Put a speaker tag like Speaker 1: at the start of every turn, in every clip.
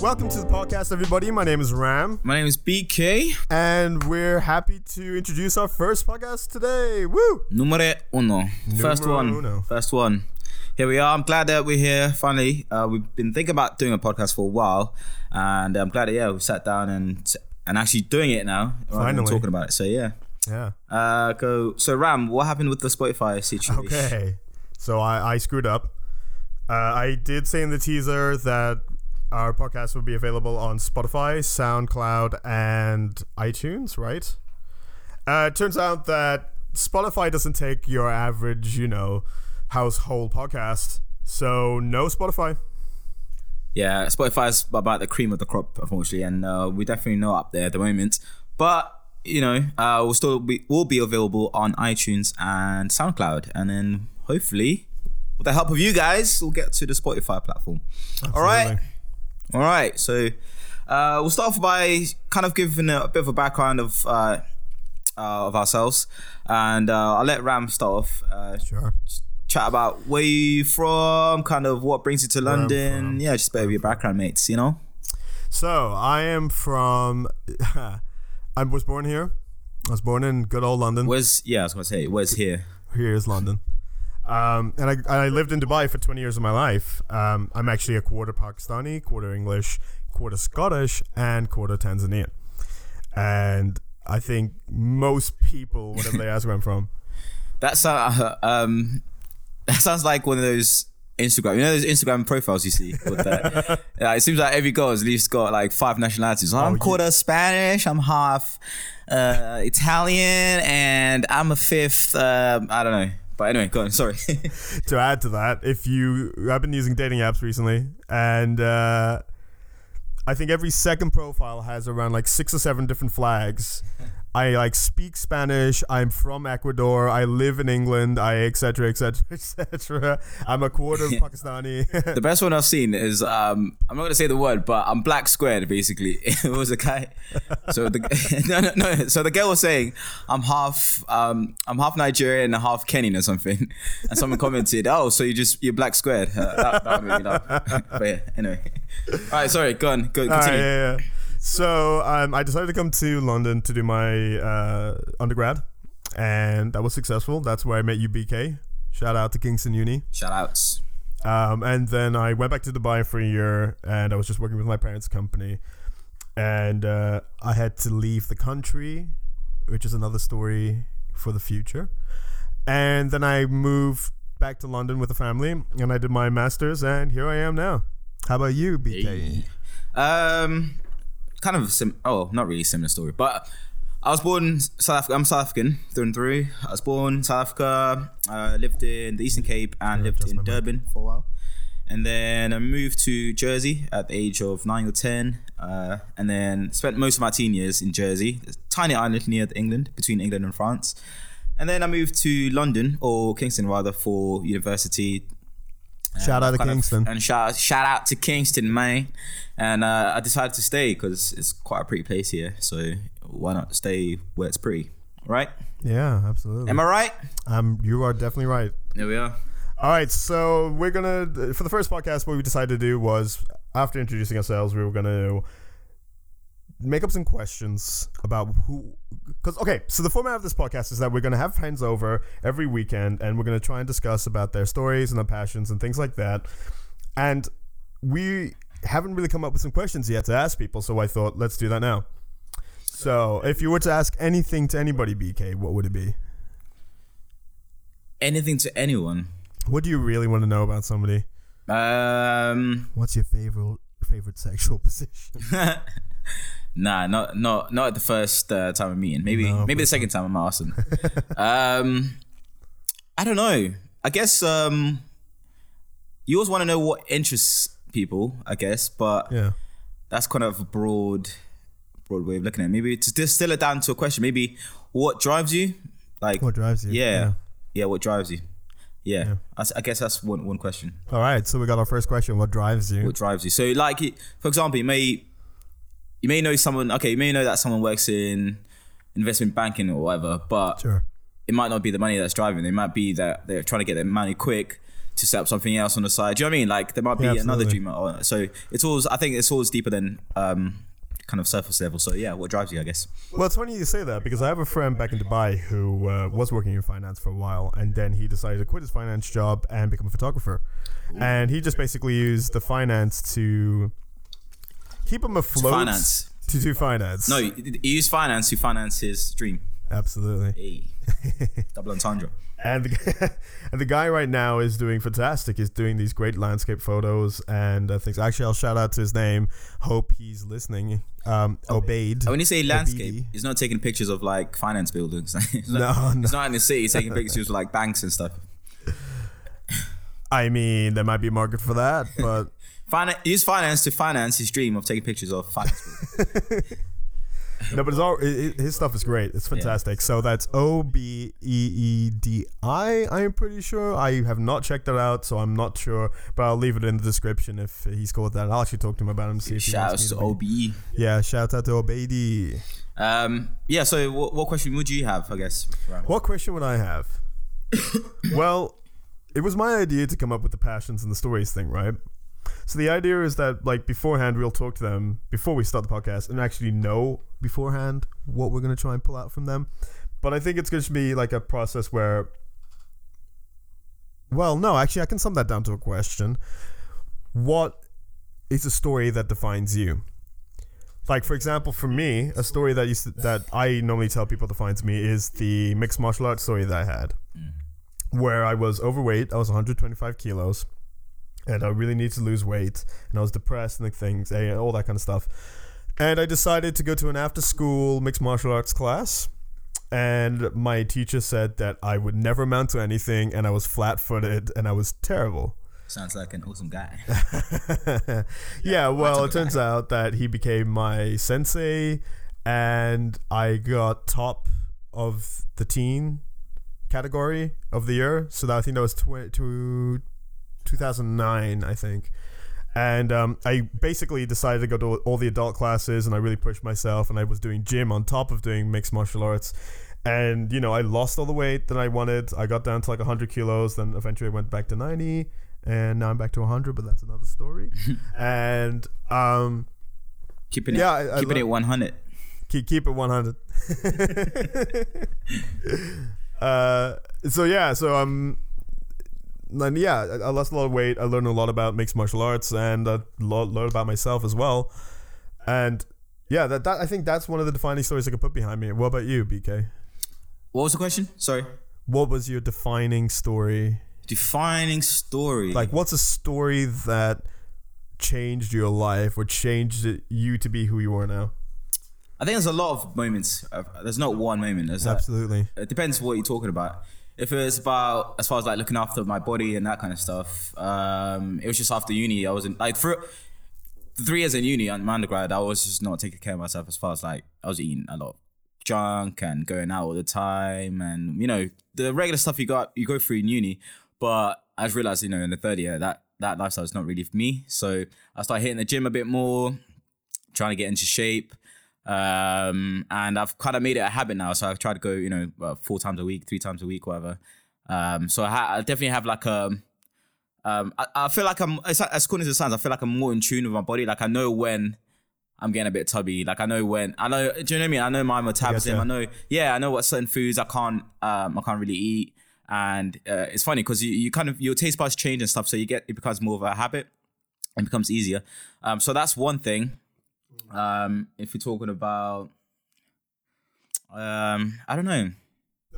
Speaker 1: Welcome to the podcast, everybody. My name is Ram,
Speaker 2: My name is BK,
Speaker 1: and we're happy to introduce our first podcast today. Woo!
Speaker 2: numero uno. First
Speaker 1: Numero
Speaker 2: one.
Speaker 1: uno.
Speaker 2: First one. Here we are. I'm glad that we're here finally. Uh, we've been thinking about doing a podcast for a while, and I'm glad that yeah, we sat down and and actually doing it now. rather than
Speaker 1: Finally.
Speaker 2: talking about it. So yeah.
Speaker 1: Yeah.
Speaker 2: Uh, go. So Ram, what happened with the Spotify situation?
Speaker 1: Okay. So I, I screwed up. Uh, I did say in the teaser that our podcast would be available on Spotify, SoundCloud, and iTunes, right? Uh, it turns out that Spotify doesn't take your average, you know, household podcast. So no Spotify.
Speaker 2: Yeah, Spotify's about the cream of the crop, unfortunately, and uh, we're definitely not up there at the moment. But you know, uh, we'll still be will be available on iTunes and SoundCloud, and then hopefully, with the help of you guys, we'll get to the Spotify platform. All right, all right. So uh, we'll start off by kind of giving a, bit of a background of. Uh, uh, of ourselves, and uh, I'll let Ram start off. Uh,
Speaker 1: Sure.
Speaker 2: chat about where you from, kind of what brings you to London. Yeah, just a bit of your background, mates. You know.
Speaker 1: So I am from. I was born here. I was born in good old London.
Speaker 2: Where's yeah, I was gonna say, where's here?
Speaker 1: Here is London. Um, and I, and I lived in Dubai for 20 years of my life. Um, I'm actually a quarter Pakistani, quarter English, quarter Scottish, and quarter Tanzanian. And I think most people, whenever they ask where I'm from,
Speaker 2: That sound, um, that sounds like one of those Instagram. You know those Instagram profiles you see. With that? yeah, it seems like every girl has at least got like five nationalities. I'm
Speaker 1: you-
Speaker 2: quarter Spanish. I'm half uh, Italian, and I'm a fifth. Um, I don't know. But anyway, go on. Sorry.
Speaker 1: to add to that, if you, I've been using dating apps recently, and uh, I think every second profile has around like six or seven different flags. I like speak Spanish. I'm from Ecuador. I live in England. I etc. etc. etc. I'm a quarter Pakistani.
Speaker 2: The best one I've seen is um, I'm not gonna say the word, but I'm black squared basically. it was a guy. So the no, no, no. So the girl was saying I'm half um, I'm half Nigerian and half Kenyan or something, and someone commented, "Oh, so you just you're black squared." Uh, that, that made me laugh. but yeah, anyway. All right, sorry. Go on. Go
Speaker 1: All right,
Speaker 2: continue.
Speaker 1: Ah, yeah, yeah. So um, I decided to come to London to do my uh, undergrad, and that was successful. That's where I met UBK. Shout out to Kingston Uni.
Speaker 2: Shout outs.
Speaker 1: Um, and then I went back to Dubai for a year, and I was just working with my parents' company, and uh, I had to leave the country, which is another story for the future. And then I moved back to London with the family, and I did my masters, and here I am now. How about you, BK?
Speaker 2: Um, kind of sim. Oh, not really similar story, but I was born in South Africa. I'm South African through and through. I was born in South Africa. Uh, lived in the Eastern Cape and lived
Speaker 1: that's
Speaker 2: in
Speaker 1: my mic.
Speaker 2: Durban for a while, and then I moved to Jersey at the age of nine or ten. Uh, and then spent most of my teen years in Jersey, a tiny island near England, between England and France. And then I moved to London or Kingston rather for university.
Speaker 1: Shout out to
Speaker 2: Kind of-
Speaker 1: Kingston.
Speaker 2: and shout shout out to Kingston, man. And uh, I decided to stay because it's quite a pretty place here. So why not stay where it's pretty, right?
Speaker 1: yeah, absolutely.
Speaker 2: Am I right?
Speaker 1: um, you are definitely right.
Speaker 2: There we are.
Speaker 1: All right, so we're gonna for the first podcast. What we decided to do was after introducing ourselves, we were gonna make up some questions about who. Because okay, so the format of this podcast is that we're gonna have friends over every weekend, and we're gonna try and discuss about their stories and their passions and things like that. And we haven't really come up with some questions yet to ask people, so I thought let's do that now. So if you were to ask anything to anybody, BK, what would it be?
Speaker 2: Anything to anyone.
Speaker 1: What do you really want to know about somebody?
Speaker 2: Um,
Speaker 1: What's your favorite favorite sexual position?
Speaker 2: nah, not not not at the first uh, time of meeting. Maybe
Speaker 1: No,
Speaker 2: maybe the second time I'm asking. um, I don't know. I guess um, you always want to know what interests people. I guess, but
Speaker 1: yeah.
Speaker 2: that's kind of a broad broad way of looking at it. Maybe to distill it down to a question, maybe what drives you? Like
Speaker 1: What drives you?
Speaker 2: yeah, yeah. what drives you? Yeah. I s- I, guess that's one one question.
Speaker 1: All right, so we got our first question. What drives you?
Speaker 2: What drives you? So like it- for example, you may you may know someone okay, you may know that someone works in investment banking or whatever, but
Speaker 1: sure.
Speaker 2: it might not be the money that's driving. them. It might be that they're trying to get their money quick. to set up something else on the side. Do you know what I mean? Like there might be
Speaker 1: Yeah,
Speaker 2: another
Speaker 1: absolutely.
Speaker 2: dreamer. Or, so it's always I think it's always deeper than um, kind of surface level. So yeah, what drives you, I guess.
Speaker 1: Well, it's funny you say that because I have a friend back in Dubai who uh, was working in finance for a while, and then he decided to quit his finance job and become a photographer. And he just basically used the finance to keep him afloat.
Speaker 2: finance.
Speaker 1: To do finance.
Speaker 2: No, you, you use finance to finance his dream.
Speaker 1: Absolutely.
Speaker 2: Hey. Double entendre.
Speaker 1: And the, and the guy right now is doing fantastic. He's doing these great landscape photos and uh, things. Actually, I'll shout out to his name. Hope he's listening. Um, obeyed.
Speaker 2: Oh, And when you say landscape,
Speaker 1: BD.
Speaker 2: he's not taking pictures of like finance buildings. It's
Speaker 1: No,
Speaker 2: not-
Speaker 1: E. no.
Speaker 2: It's not in the city. He's taking pictures of like banks and stuff.
Speaker 1: I mean, there might be a market for that, but
Speaker 2: Finan- use finance to finance his dream of taking pictures of finance. buildings.
Speaker 1: no, but it's all i- i- his stuff is great. It's fantastic. So that's O B E E D I. I'm pretty sure. I have not checked it out, so I'm not sure. But I'll leave it in the description if he's cool with that. I'll actually talk to him about him. See if he wants
Speaker 2: Shouts to E.
Speaker 1: me to be-
Speaker 2: OBE.
Speaker 1: Yeah, shout out to Obedi.
Speaker 2: Um, yeah. So what, what question would you have? I guess. Right.
Speaker 1: What question would I have? well, it was my idea to come up with the passions and the stories thing, right? So the idea is that like beforehand we'll talk to them before we start the podcast and actually know beforehand what we're going to try and pull out from them. But I think it's going to be like a process where well, no, actually I can sum that down to a question. What is a story that defines you? like for example for me a story that used to, that i normally tell people defines me is the mixed martial arts story that i had where i was overweight i was 125 kilos and i really needed to lose weight and i was depressed and the things and all that kind of stuff and i decided to go to an after school mixed martial arts class and my teacher said that i would never amount to anything and i was flat-footed and i was terrible
Speaker 2: Sounds like an awesome guy.
Speaker 1: yeah, well, it turns out that he became my sensei, and I got top of the teen category of the year. So that, I think that was tw- two, 2009, I think. And um, I basically decided to go to all the adult classes, and I really pushed myself, and I was doing gym on top of doing mixed martial arts. And you know, I lost all the weight that I wanted. I got down to like 100 kilos, then eventually I went back to 90, and now I'm back to 100. But that's another story. and um,
Speaker 2: Keeping
Speaker 1: Yeah,
Speaker 2: it,
Speaker 1: I- I
Speaker 2: keeping
Speaker 1: lo-
Speaker 2: it one hundred.
Speaker 1: keep, keep it 100 uh, so yeah so um then yeah I, I lost a lot of weight i learned a lot about mixed martial arts and i lo- learned about myself as well and yeah that, that i think that's one of the defining stories i could put behind me what about you bk
Speaker 2: What was the question? Sorry.
Speaker 1: what was your defining story
Speaker 2: Defining story.
Speaker 1: like what's a story that changed your life or changed it- you to be who you are now
Speaker 2: I think there's a lot of moments. Uh, There's not one moment. There's a,
Speaker 1: absolutely
Speaker 2: it depends what you're talking about. If it's about as far as like looking after my body and that kind of stuff, um, it was just after uni. I wasn't like for the three years in uni on my undergrad, I was just not taking care of myself as far as like I was eating a lot of junk and going out all the time and you know the regular stuff you got you go through in uni. But I just realized you know in the third year that that lifestyle is not really for me. So I started hitting the gym a bit more, trying to get into shape. Um, and I've kind of made it a habit now. So I try to go, you know, uh, four times a week, three times a week, whatever. Um, so I, ha- I definitely have like a, um, I, I feel like I'm, it's, like- as corny as it sounds, I feel like I'm more in tune with my body. Like I know when I'm getting a bit tubby. Like I know when, I know, do you know what I mean? I know my metabolism.
Speaker 1: yeah.
Speaker 2: I know, yeah, I know what certain foods I can't, um, I can't really eat. And uh, it's funny because you, you kind of, your taste buds change and stuff. So you get, it becomes more of a habit and becomes easier. Um, so that's one thing. Um, if you're talking about, um, I don't know.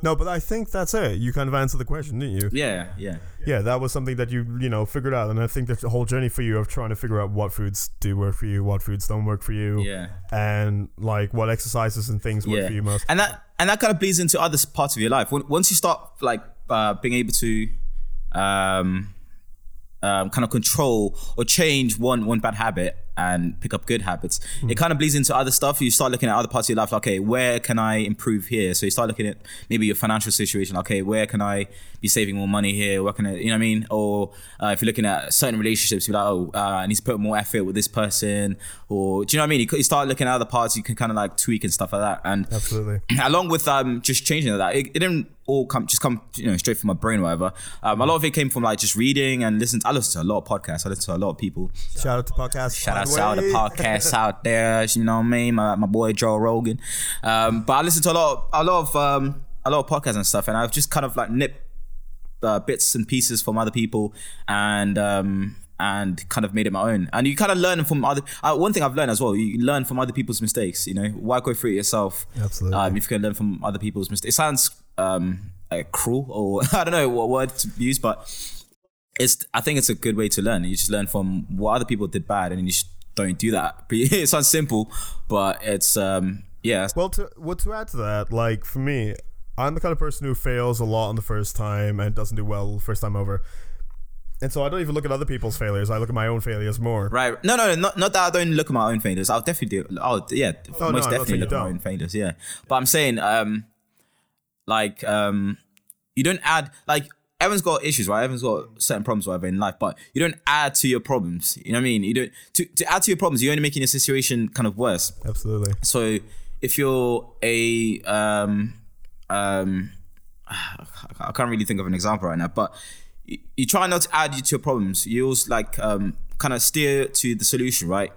Speaker 1: no but i think that's it you kind of answered the question didn't you
Speaker 2: Yeah, yeah,
Speaker 1: yeah, that was something that you you know figured out, and I think that the whole journey for you of trying to figure out what foods do work for you, what foods don't work for you,
Speaker 2: yeah,
Speaker 1: and like what exercises and things work
Speaker 2: yeah.
Speaker 1: for you most.
Speaker 2: And that and that kind of bleeds into other parts of your life. When, once you start like uh, being able to, um, um, kind of control or change one one bad habit and pick up good habits. It kind of bleeds into other stuff. You start looking at other parts of your life, like, okay, where can I improve here? So you start looking at maybe your financial situation, like, okay, where can I be saving more money here? Where can I, you know what I mean? Or uh, if you're looking at certain relationships, you're like, oh, uh, I need to put more effort with this person, or do you know what I mean? You, c- you start looking at other parts, you can kind of like tweak and stuff like that. And
Speaker 1: Absolutely.
Speaker 2: along with um just changing that it, it didn't all come just come you know straight from my brain or whatever um, a lot of it came from like just reading and listening to, i listened to a lot of podcasts i listened to a lot of people
Speaker 1: Shout out to podcast.
Speaker 2: shout out
Speaker 1: by
Speaker 2: to all the
Speaker 1: way.
Speaker 2: podcasts out there you know what i mean my, my boy joe rogan um but i listened to a lot of, a lot of um a lot of podcasts and stuff and i've just kind of like nipped uh, bits and pieces from other people and um and kind of made it my own and you kind of learn from other uh, one thing i've learned as well you learn from other people's mistakes you know why go through it yourself
Speaker 1: Absolutely.
Speaker 2: um, if you can learn from other people's mistakes. It sounds um, uh, cruel or I don't know what word to use, but it's. I think it's a good way to learn. You just learn from what other people did bad, and you just don't do that. It sounds simple, but it's um, yeah.
Speaker 1: Well, to well to add to that, like for me, I'm the kind of person who fails a lot on the first time and doesn't do well first time over, and so I don't even look at other people's failures. I look at my own failures more.
Speaker 2: Right. No, no, not, not that I don't look at my own failures. I'll definitely do. Oh, yeah.
Speaker 1: no, I'm
Speaker 2: most
Speaker 1: not
Speaker 2: definitely
Speaker 1: saying you
Speaker 2: look at my
Speaker 1: don't.
Speaker 2: own failures. Yeah. But I'm saying, um, like, um, you don't add, like, everyone's got issues, right? Everyone's got certain problems, whatever, in life, but you don't add to your problems. You know what I mean? You don't, to, to add to your problems, you're only making the situation kind of worse.
Speaker 1: Absolutely.
Speaker 2: So if you're a um um I can't really think of an example right now, but you, you try not to add to your problems. You always like um kind of steer to the solution, right?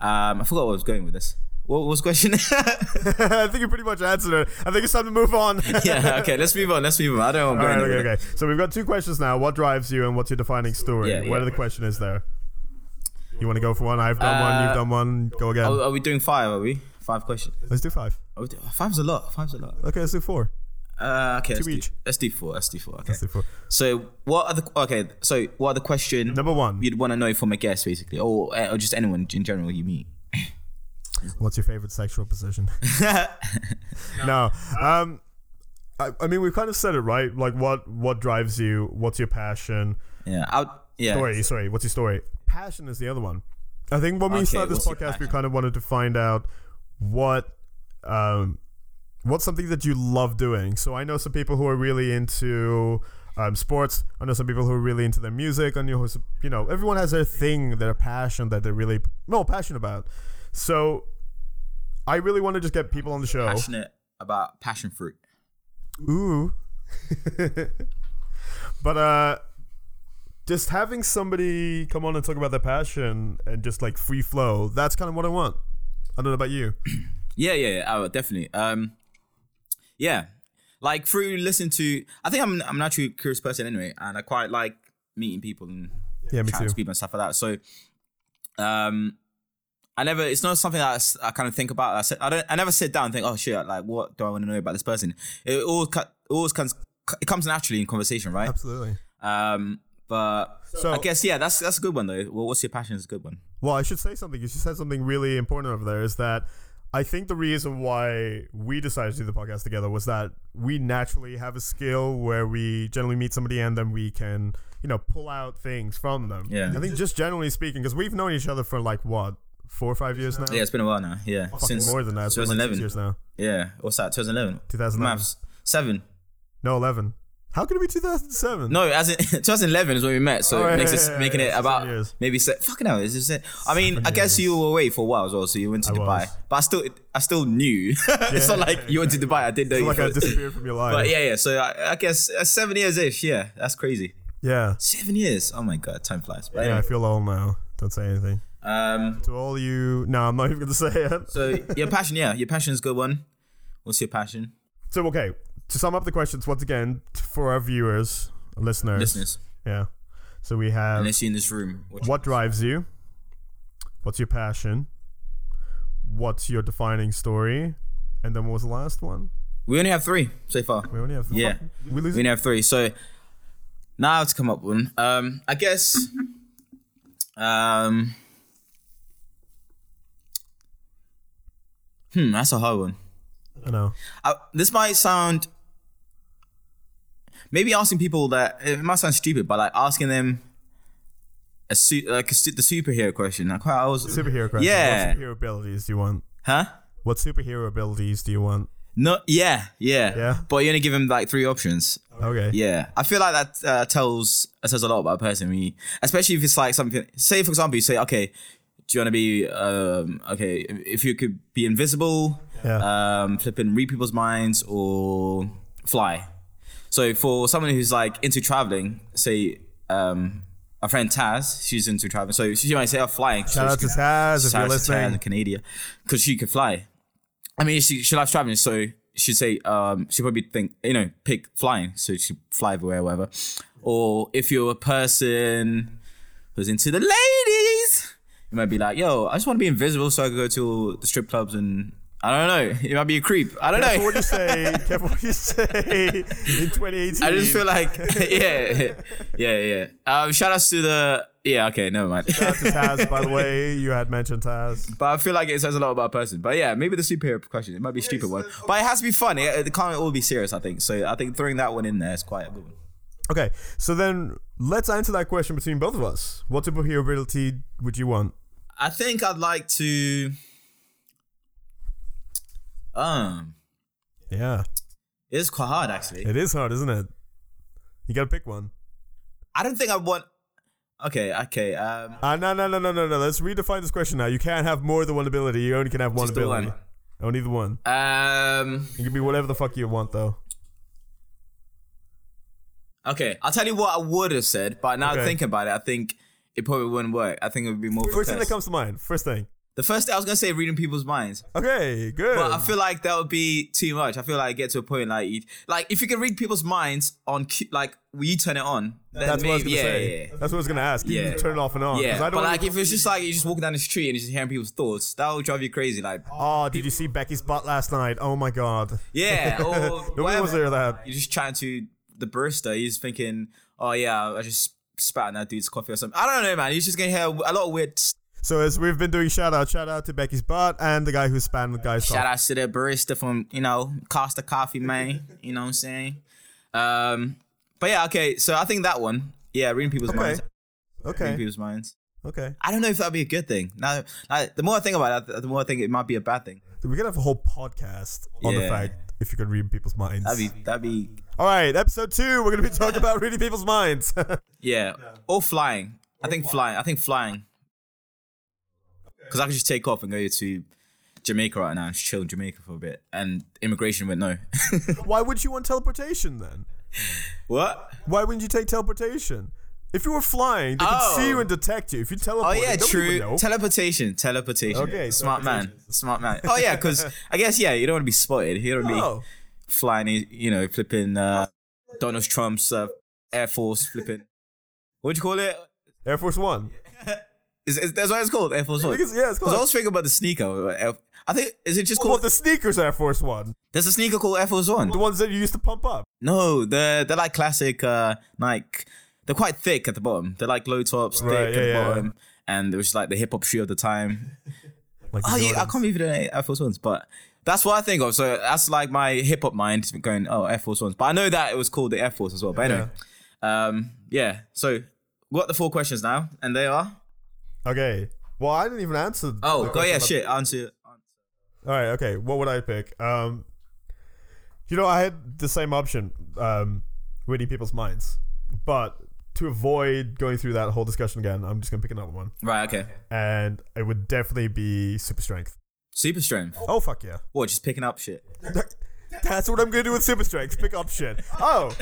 Speaker 2: Um I forgot where I was going with this. What was the question?
Speaker 1: I think you pretty much answered it. I think it's time to move on.
Speaker 2: yeah, okay, let's move on. Let's move on. I don't want to
Speaker 1: All
Speaker 2: go
Speaker 1: right,
Speaker 2: anywhere.
Speaker 1: okay, okay. So we've got two questions now. What drives you, and what's your defining story?
Speaker 2: Yeah, yeah.
Speaker 1: Where the question is there. You want to go for one? I've done one. You've
Speaker 2: Uh,
Speaker 1: done one. Go again.
Speaker 2: Are, are we doing five, are we? Five questions.
Speaker 1: let's do five.
Speaker 2: Are we do- Five's a lot. Five's a lot.
Speaker 1: Okay, let's do four.
Speaker 2: Uh, okay, let's do,
Speaker 1: each.
Speaker 2: let's do four. Let's do four. Okay.
Speaker 1: Let's do four.
Speaker 2: So what are the okay? So what are the question?
Speaker 1: Number one.
Speaker 2: you'd want to know from a guest, basically, or or just anyone in general you meet.
Speaker 1: What's your favorite sexual position? no.
Speaker 2: Uh,
Speaker 1: Um, I, I mean, we've kind of said it, right? Like, what what drives you? What's your passion?
Speaker 2: Yeah, I would, yeah.
Speaker 1: Story, sorry. What's your story? Passion is the other one. I think when we
Speaker 2: Okay,
Speaker 1: started this
Speaker 2: what's your
Speaker 1: podcast, we
Speaker 2: passion?
Speaker 1: kind of wanted to find out what, um, what's something that you love doing. So I know some people who are really into. Um, sports. I know some people who are really into their music. I know, who's- you know, everyone has their thing, their passion that they're really no passionate about. So, I really want to just get people on the show.
Speaker 2: Passionate about passion fruit.
Speaker 1: Ooh. but uh just having somebody come on and talk about their passion and just like free flow, that's kind of what I want. I don't know about you.
Speaker 2: Yeah, yeah, yeah, I would, definitely. Um, yeah, like through listening to, I think I'm I'm naturally a curious person anyway, and I quite like meeting people and
Speaker 1: Yeah, me
Speaker 2: chatting
Speaker 1: too.
Speaker 2: to people and stuff like that. So, um, I never. It's not something that I s- I, kind of think about. I said I don't. I never sit down and think, oh shit, like what do I want to know about this person? It all cut. Always comes. It comes naturally in conversation, right?
Speaker 1: Absolutely.
Speaker 2: Um, but
Speaker 1: So-
Speaker 2: I guess yeah, that's that's a good one though. Well, what's your passion is a good one.
Speaker 1: Well, I should say something. You just said something really important over there is that I think the reason why we decided to do the podcast together was that we naturally have a skill where we generally meet somebody and then we can, you know, pull out things from them.
Speaker 2: Yeah.
Speaker 1: I think just generally speaking, because we've known each other for like what, four or five years now?
Speaker 2: Yeah, it's been a while now. Yeah,
Speaker 1: Um, Fucking more than that. It's been like six
Speaker 2: 2011.
Speaker 1: years now.
Speaker 2: yeah, what's that? 2011.
Speaker 1: 2011.
Speaker 2: Maths seven.
Speaker 1: No, 11. How could it be 2007?
Speaker 2: No, as in 2011 is when we met, so
Speaker 1: Oh,
Speaker 2: it
Speaker 1: yeah,
Speaker 2: makes
Speaker 1: yeah,
Speaker 2: us
Speaker 1: yeah,
Speaker 2: making
Speaker 1: yeah,
Speaker 2: it
Speaker 1: seven
Speaker 2: about
Speaker 1: years.
Speaker 2: maybe se- fucking hell. Is this it? I mean, I guess you were away for a while as well, so you went to
Speaker 1: I
Speaker 2: Dubai,
Speaker 1: was.
Speaker 2: but I still I still knew. it's not like you went to Dubai. I didn't know.
Speaker 1: It's
Speaker 2: You
Speaker 1: like I
Speaker 2: first.
Speaker 1: disappeared from your life.
Speaker 2: but
Speaker 1: yeah.
Speaker 2: yeah, yeah. So I, I guess uh, seven years ish. Yeah, that's crazy.
Speaker 1: Yeah.
Speaker 2: Seven years. Oh my god, time flies. But
Speaker 1: I
Speaker 2: anyway,
Speaker 1: feel old now. Don't say anything.
Speaker 2: um,
Speaker 1: To all you. No, I'm not even going to say it.
Speaker 2: So your passion, yeah, your passion's a good one. What's your passion,
Speaker 1: So, okay. To sum up the questions, once again, t- for our viewers, listeners.
Speaker 2: listeners?
Speaker 1: Yeah. So we have
Speaker 2: Unless you're in this room, what,
Speaker 1: what drives you? What's your passion? What's your defining story? And then what was the last one?
Speaker 2: we only have three so far.
Speaker 1: We only have.
Speaker 2: Yeah.
Speaker 1: We lose
Speaker 2: We only have three. So now I have to come up with one. Um, I guess. Um. Hmm, that's a hard one.
Speaker 1: I know.
Speaker 2: I, this might sound maybe asking people that it might sound stupid, but like asking them a su- like a su- the superhero question. Like, wow, I was
Speaker 1: Superhero question.
Speaker 2: Yeah.
Speaker 1: What superhero abilities do you want?
Speaker 2: huh?
Speaker 1: What superhero abilities do you want?
Speaker 2: No, yeah, yeah,
Speaker 1: Yeah?
Speaker 2: But you only give him like three options.
Speaker 1: Okay.
Speaker 2: Yeah, I feel like that uh, tells that says a lot about a person. when you- especially if it's like something. Say for example, you say, okay, do you want to be um, okay? If you could be invisible,
Speaker 1: Yeah.
Speaker 2: um, flipping read people's minds or fly. So for someone who's like into traveling, say um, a friend Taz, she's into traveling, so she might say, "Oh, flying." So
Speaker 1: Shout
Speaker 2: she
Speaker 1: out to
Speaker 2: could-
Speaker 1: Taz if you're
Speaker 2: Shout out to Taz in
Speaker 1: listening.
Speaker 2: Canada, because she could fly. I mean, she she likes traveling, so she'd say um she probably think you know pick flying, so she fly everywhere, whatever. Or if you're a person who's into the ladies, you might be like, yo, I just want to be invisible so I can go to the strip clubs and I don't know. You might be a creep. I don't
Speaker 1: Careful
Speaker 2: know.
Speaker 1: what you say. Careful what you say. In 2018.
Speaker 2: I just feel like yeah, yeah, yeah. Um, shout outs to the yeah. Okay, never mind.
Speaker 1: Shout out to Taz, by the way. You had mentioned Taz.
Speaker 2: But I feel like it says a lot about a person. But yeah, maybe the superhero question. It might be a stupid
Speaker 1: uh,
Speaker 2: one. But it has to be fun. It, it can't all be serious, I think. So I think throwing that one in there is quite a good one.
Speaker 1: Okay, so then let's answer that question between both of us. What superhero ability would you want?
Speaker 2: I think I'd like to. Um,
Speaker 1: Yeah,
Speaker 2: it's quite hard actually.
Speaker 1: it is hard, isn't it? You gotta pick one.
Speaker 2: I don't think I want. Okay, okay. Um,
Speaker 1: Ah, no, no, no, no, no, no. Let's redefine this question now. You can't have more than one ability. You only can have one
Speaker 2: Just the
Speaker 1: ability.
Speaker 2: one.
Speaker 1: Only the one.
Speaker 2: um.
Speaker 1: You can be whatever the fuck you want, though.
Speaker 2: Okay, I'll tell you what I would have said. But now
Speaker 1: Okay.
Speaker 2: thinking about it, I think it probably wouldn't work. I think it would be more. for
Speaker 1: First thing that
Speaker 2: test.
Speaker 1: comes to mind. First thing.
Speaker 2: the first thing I was gonna say, reading people's minds.
Speaker 1: Okay, good.
Speaker 2: But I feel like that would be too much. I feel like I get to a point like, you- like if you can read people's minds on, cu- like when you turn it on, then
Speaker 1: That's
Speaker 2: maybe,
Speaker 1: what I was gonna
Speaker 2: yeah,
Speaker 1: say.
Speaker 2: yeah,
Speaker 1: That's what I was gonna ask. You
Speaker 2: Yeah.
Speaker 1: can turn it off and on. 'cause
Speaker 2: yeah.
Speaker 1: I
Speaker 2: yeah.
Speaker 1: don't
Speaker 2: But
Speaker 1: wanna-
Speaker 2: like if it's just like you just walking down the street and you're just hearing people's thoughts, that will drive you crazy. Like,
Speaker 1: oh, did you see Becky's butt last night? Oh my god.
Speaker 2: yeah, or
Speaker 1: Nobody
Speaker 2: whatever.
Speaker 1: was there that.
Speaker 2: You're just trying to the barista. He's thinking, oh yeah, I just spat in that dude's coffee or something. I don't know, man. You're just gonna hear a lot of weird. s-
Speaker 1: So as we've been doing shout out, shout out to Becky's butt and the guy who spanned the guy's
Speaker 2: Shout out to the barista from you know Costa Coffee, man. You know what I'm saying? Um, but yeah, okay. So I think that one, yeah, reading people's
Speaker 1: Okay.
Speaker 2: minds. in
Speaker 1: Okay.
Speaker 2: people's minds.
Speaker 1: Okay.
Speaker 2: I don't know if that'd be a good thing. Now, now, the more I think about it, the more I think it might be a bad thing.
Speaker 1: We're gonna have a whole podcast on the
Speaker 2: Yeah.
Speaker 1: fact if you can read people's minds.
Speaker 2: That'd be that'd be
Speaker 1: All right, episode two. We're gonna be talking about reading people's minds.
Speaker 2: yeah. Or flying. I think flying. I think flying. Because I could just take off and go to Jamaica right now and just chill in Jamaica for a bit, and immigration went no.
Speaker 1: Why would you want teleportation then?
Speaker 2: what?
Speaker 1: Why wouldn't you take teleportation? If you were flying, they could see
Speaker 2: Oh.
Speaker 1: you and detect you. If you
Speaker 2: Oh
Speaker 1: teleport,
Speaker 2: yeah, true.
Speaker 1: Would know.
Speaker 2: Teleportation, teleportation.
Speaker 1: Okay,
Speaker 2: smart man, smart man. Oh yeah, because I guess yeah, you don't want to be spotted. You don't want to be
Speaker 1: Oh,
Speaker 2: flying, you know, flipping uh, Donald Trump's uh, Air Force, flipping. What do you call it?
Speaker 1: Air Force One.
Speaker 2: Is, is that's what it's called, Air Force One.
Speaker 1: think it's- yeah, it's
Speaker 2: Because I
Speaker 1: called-
Speaker 2: was thinking about the sneaker. uh, Air- I think is it just
Speaker 1: Well,
Speaker 2: called?
Speaker 1: the sneakers Air Force One,
Speaker 2: There's a sneaker called Air Force One.
Speaker 1: the ones that you used to pump up.
Speaker 2: No, they're they're like classic uh, Nike. They're quite thick at the bottom. They're like low tops,
Speaker 1: Right,
Speaker 2: thick
Speaker 1: yeah,
Speaker 2: at the
Speaker 1: yeah.
Speaker 2: bottom, and it was like the hip hop shoe of the time.
Speaker 1: Like the
Speaker 2: Oh yeah, I
Speaker 1: Jordans.
Speaker 2: can't even the Air Force Ones, but that's what I think of. So that's like my hip hop mind going, oh Air Force Ones. But I know that it was called the Air Force as well. But anyway, um, yeah. So we got the four questions now, and they are.
Speaker 1: Okay. Well, I didn't even answer. the
Speaker 2: Oh, oh
Speaker 1: question
Speaker 2: yeah,
Speaker 1: about-
Speaker 2: shit. Answer.
Speaker 1: All right. Okay. What would I pick? Um, you know, I had the same option, um, reading people's minds, but to avoid going through that whole discussion again, I'm just gonna pick another one,
Speaker 2: Right. Okay.
Speaker 1: and it would definitely be super strength.
Speaker 2: Super strength.
Speaker 1: Oh fuck yeah!
Speaker 2: What? Just picking up shit.
Speaker 1: That's what I'm gonna do with super strength. Pick up shit. Oh,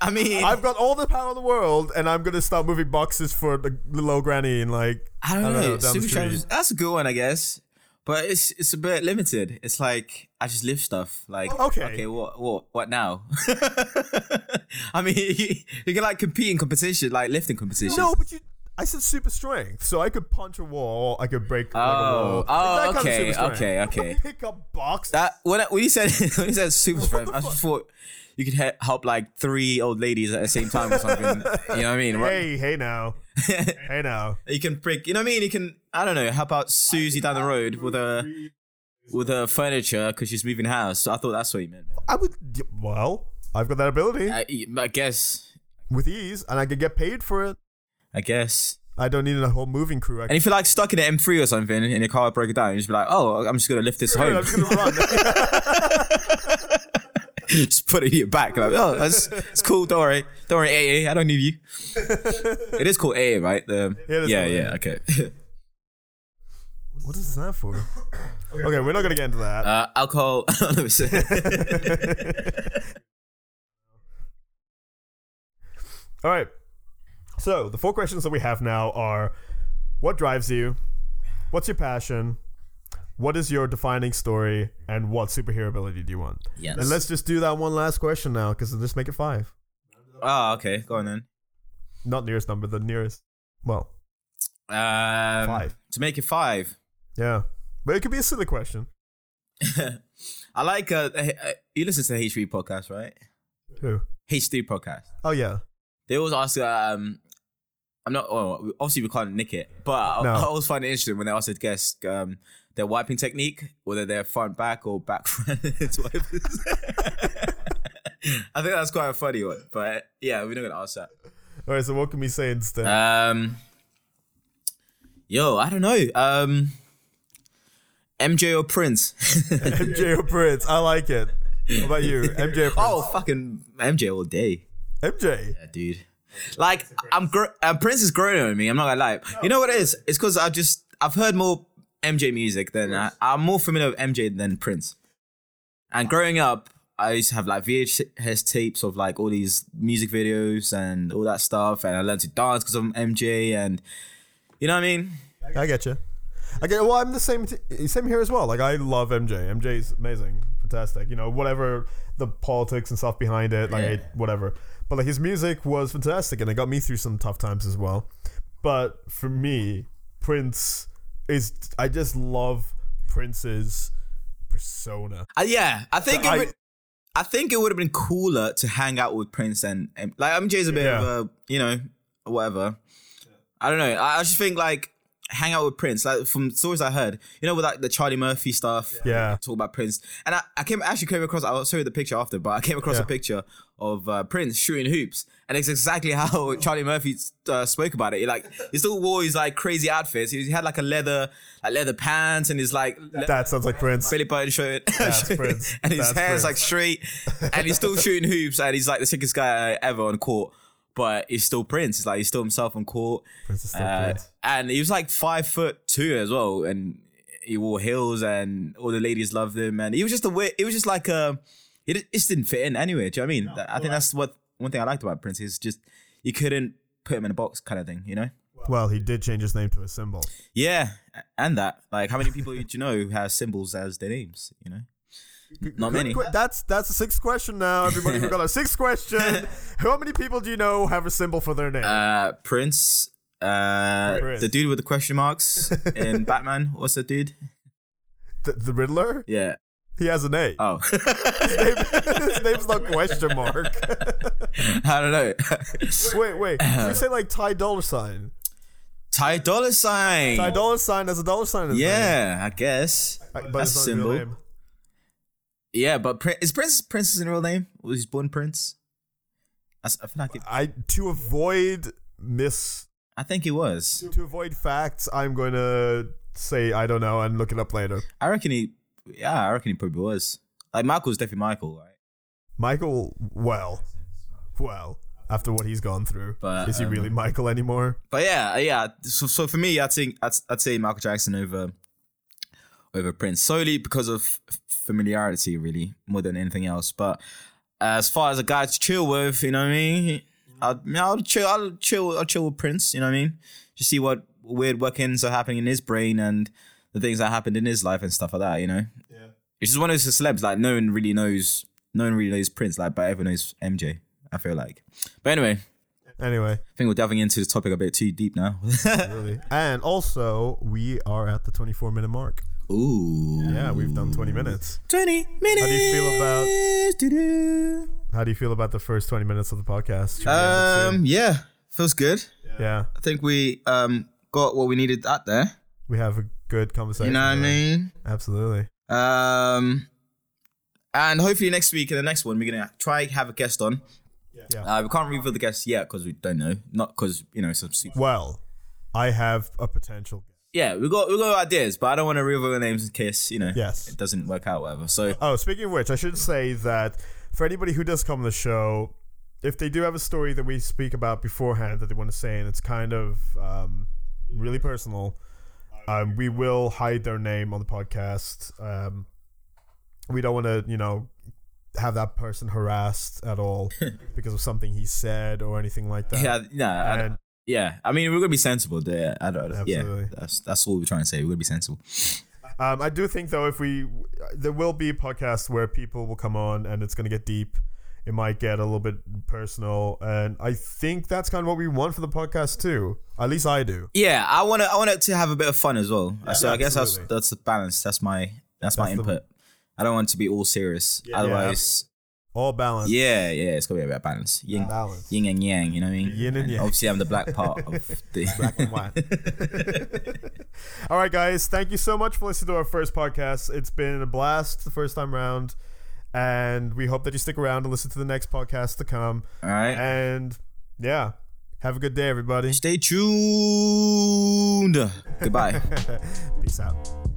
Speaker 2: I mean,
Speaker 1: I've got all the power in the world, and I'm gonna start moving boxes for the little granny and like
Speaker 2: I don't know.
Speaker 1: down the
Speaker 2: Super strength.
Speaker 1: street.
Speaker 2: is- That's a good one, I guess. But it's it's a bit limited. It's like I just lift stuff. Like
Speaker 1: Okay.
Speaker 2: Oh, okay, what what what now? I mean, you, you can like compete in competition, like lifting competition.
Speaker 1: No, but you. I said super strength, so I could punch a wall. I could break. like, a wall. Like,
Speaker 2: Oh,
Speaker 1: that
Speaker 2: oh,
Speaker 1: kind of
Speaker 2: okay,
Speaker 1: super strength.
Speaker 2: okay, okay.
Speaker 1: Pick up box.
Speaker 2: That when I, when you said when you said super strength, I just thought you could he- help like three old ladies at the same time or something. you know what I mean? Right?
Speaker 1: hey, hey now, hey now.
Speaker 2: You can prick. You know what I mean? You can. I don't know. Help out Susie down the road with a with her furniture because she's moving house. So I thought that's what you meant.
Speaker 1: I would. Well, I've got that ability
Speaker 2: I, I guess.
Speaker 1: with ease, and I could get paid for it.
Speaker 2: I guess.
Speaker 1: I don't need a whole moving crew. I
Speaker 2: And if you're like stuck in an M3 or something and your car broke down, you just be like, oh, I'm just gonna lift this
Speaker 1: I'm
Speaker 2: home,
Speaker 1: just gonna run.
Speaker 2: just put it in your back. Like, oh, that's it's cool. Don't worry, don't worry, AA. I don't need you. it is called AA, right? The,
Speaker 1: it is
Speaker 2: yeah,
Speaker 1: called
Speaker 2: yeah, okay.
Speaker 1: what is that for? Okay, we're not gonna get into that.
Speaker 2: uh, alcohol. let me see.
Speaker 1: All right. So the four questions that we have now are: What drives you? What's your passion? What is your defining story? And what superhero ability do you want?
Speaker 2: Yes.
Speaker 1: And let's just do that one last question now, because let's make it five.
Speaker 2: Oh, okay. Go on then.
Speaker 1: Not nearest number, the nearest. Well,
Speaker 2: Um,
Speaker 1: Five.
Speaker 2: To make it five.
Speaker 1: yeah, but it could be a silly question.
Speaker 2: I like. Uh, uh, you listen to the H3 podcast, right?
Speaker 1: Who?
Speaker 2: H3 podcast.
Speaker 1: Oh yeah.
Speaker 2: They always ask. Um, I'm not. Oh, obviously, we can't nick it, but I,
Speaker 1: No.
Speaker 2: I always find it interesting when they ask the guest um, their wiping technique, whether they're front back or back front wipers. I think that's quite a funny one, but yeah, we're not gonna ask that.
Speaker 1: All right. So what can we say instead?
Speaker 2: Um, yo, I don't know. Um, MJ or Prince?
Speaker 1: MJ or Prince? I like it. What about you, MJ? Or Prince?
Speaker 2: oh, fucking MJ all day,
Speaker 1: MJ.
Speaker 2: yeah, dude. Like I'm, gr- uh, Prince is growing on me. I'm not gonna lie. You know what it is? It's because I just I've heard more MJ music than I, I'm more familiar with MJ than Prince. And growing up, I used to have like VHS tapes of like all these music videos and all that stuff, and I learned to dance because of MJ. And you know what I mean?
Speaker 1: I get you. I get. Well, I'm the same. T- same here as well. Like I love MJ. MJ's amazing, fantastic. You know, whatever the politics and stuff behind it, like
Speaker 2: Yeah.
Speaker 1: I- whatever. But like his music was fantastic, and it got me through some tough times as well. But for me, Prince is. I just love Prince's persona.
Speaker 2: Uh, yeah, I think
Speaker 1: I-
Speaker 2: it would. I think it would have been cooler to hang out with Prince and and- like MJ's a bit
Speaker 1: Yeah.
Speaker 2: of a you know whatever. I don't know. I, I just think like hang out with Prince. Like from stories I heard, you know, with like the Charlie Murphy stuff.
Speaker 1: Yeah.
Speaker 2: talk about Prince, and I, I came actually came across. I'll show you the picture after, but I came across
Speaker 1: Yeah.
Speaker 2: a picture of uh, Prince shooting hoops, and it's exactly how Charlie Murphy uh, spoke about it. He, like he still wore his like crazy outfits. He, he had like a leather like leather pants and his like le-
Speaker 1: That sounds like Prince.
Speaker 2: Billy Bone shirt.
Speaker 1: Prince.
Speaker 2: and his
Speaker 1: That's
Speaker 2: hair's
Speaker 1: Prince.
Speaker 2: like straight. And he's still shooting hoops and he's like the sickest guy uh, ever on court. But he's still Prince. He's like he's still himself on court.
Speaker 1: Prince is still
Speaker 2: Uh,
Speaker 1: Prince.
Speaker 2: and he was like five foot two as well. And he wore heels and all the ladies loved him. And he was just a weird, it was just like um, a, it it just didn't fit in anyway. Do you know what I mean? That- I think that's what one thing I liked about Prince is just you couldn't put him in a box kind of thing, you know?
Speaker 1: Well, he did change his name to a symbol.
Speaker 2: Yeah, a- and that. Like, how many people do you know who have symbols as their names? You know, not many.
Speaker 1: Qu- That's that's the sixth question now. Everybody, we got our sixth question. How many people do you know have a symbol for their name?
Speaker 2: Uh, Prince, uh,
Speaker 1: Prince.
Speaker 2: the dude with the question marks in Batman. What's the dude?
Speaker 1: the, the Riddler?
Speaker 2: Yeah.
Speaker 1: He has an A.
Speaker 2: Oh,
Speaker 1: name, his name's not question mark.
Speaker 2: I don't know.
Speaker 1: wait, wait. Should
Speaker 2: Uh,
Speaker 1: we say like Ty Dollar Sign?
Speaker 2: Ty Dolla Sign.
Speaker 1: Ty Dollar Sign as a dollar sign. Is
Speaker 2: yeah, I guess.
Speaker 1: but
Speaker 2: That's
Speaker 1: it's
Speaker 2: a
Speaker 1: not his real
Speaker 2: symbol.
Speaker 1: name.
Speaker 2: Yeah, but Prin- is Prince Prince's real name? Was he born Prince? I, s- I feel like it,
Speaker 1: I to avoid miss
Speaker 2: I think he was.
Speaker 1: to avoid facts. I'm going to say I don't know and look it up later.
Speaker 2: I reckon he. Yeah, I reckon he probably was. Like Michael's definitely Michael, right?
Speaker 1: Michael, well, well, after what he's gone through,
Speaker 2: But,
Speaker 1: is he
Speaker 2: um,
Speaker 1: really Michael anymore?
Speaker 2: But yeah, uh, yeah. So, so for me, I'd think I'd, I'd say Michael Jackson over over Prince solely because of f- familiarity, really, more than anything else. But as far as a guy to chill with, you know what I mean? I'd, I mean, I'll chill. I'll chill. I'll chill with Prince. You know what I mean? Just see what weird workings are happening in his brain and the things that happened in his life and stuff like that. You know? Yeah. It's just one of those celebs. Like no one really knows. No one really knows Prince. Like, but everyone knows MJ. I feel like. But anyway,
Speaker 1: Anyway,
Speaker 2: I think we're delving into the topic a bit too deep now.
Speaker 1: really. And also, we are at the 24 minute mark.
Speaker 2: Ooh.
Speaker 1: Yeah, we've done 20 minutes.
Speaker 2: 20 minutes. How
Speaker 1: do you feel about-
Speaker 2: feel
Speaker 1: How do you feel about the first 20 minutes of the podcast? Should we end it soon?
Speaker 2: Um, yeah, feels good.
Speaker 1: yeah.
Speaker 2: I think we um got what we needed out there.
Speaker 1: we have a good conversation.
Speaker 2: You know what I
Speaker 1: there.
Speaker 2: mean?
Speaker 1: Absolutely.
Speaker 2: Um, and hopefully next week in the next one we're gonna try have a guest on. Yeah,
Speaker 1: Yeah.
Speaker 2: Uh, we can't reveal the guests yet because we don't know. Not because you know some. Super-
Speaker 1: Well, I have a potential.
Speaker 2: yeah, we got we got ideas, but I don't want to reveal the names in case you know
Speaker 1: Yes.
Speaker 2: it doesn't work out. Whatever. So
Speaker 1: Oh, speaking of which, I should say that for anybody who does come on the show, if they do have a story that we speak about beforehand that they want to say, and it's kind of um, really personal, um, we will hide their name on the podcast. Um, we don't want to, you know, have that person harassed at all because of something he said or anything like that.
Speaker 2: yeah, yeah, I,
Speaker 1: And
Speaker 2: yeah. I mean, we're gonna be sensible. There, I don't. Yeah,
Speaker 1: Absolutely.
Speaker 2: that's that's all we're trying to say. We're gonna be sensible.
Speaker 1: Um, I do think though, if we there will be podcasts where people will come on and it's going to get deep. It might get a little bit personal, and I think that's kind of what we want for the podcast too. At least I do.
Speaker 2: Yeah, I want to. I want it to have a bit of fun as well. so I guess that's
Speaker 1: absolutely.
Speaker 2: that's the balance. That's my that's, my
Speaker 1: That's the-
Speaker 2: input. I don't want it to be all serious. Otherwise,
Speaker 1: All balance.
Speaker 2: yeah, yeah, it's gotta be about balance. Yin,
Speaker 1: Balance.
Speaker 2: yin and yang. You know what I mean?
Speaker 1: Yin and yang.
Speaker 2: Obviously, I'm the black part of the.
Speaker 1: Black and white. All right, guys. Thank you so much for listening to our first podcast. It's been a blast the first time round, and we hope that you stick around and listen to the next podcast to come.
Speaker 2: all right.
Speaker 1: And yeah, have a good day, everybody.
Speaker 2: Stay tuned. Goodbye.
Speaker 1: Peace out.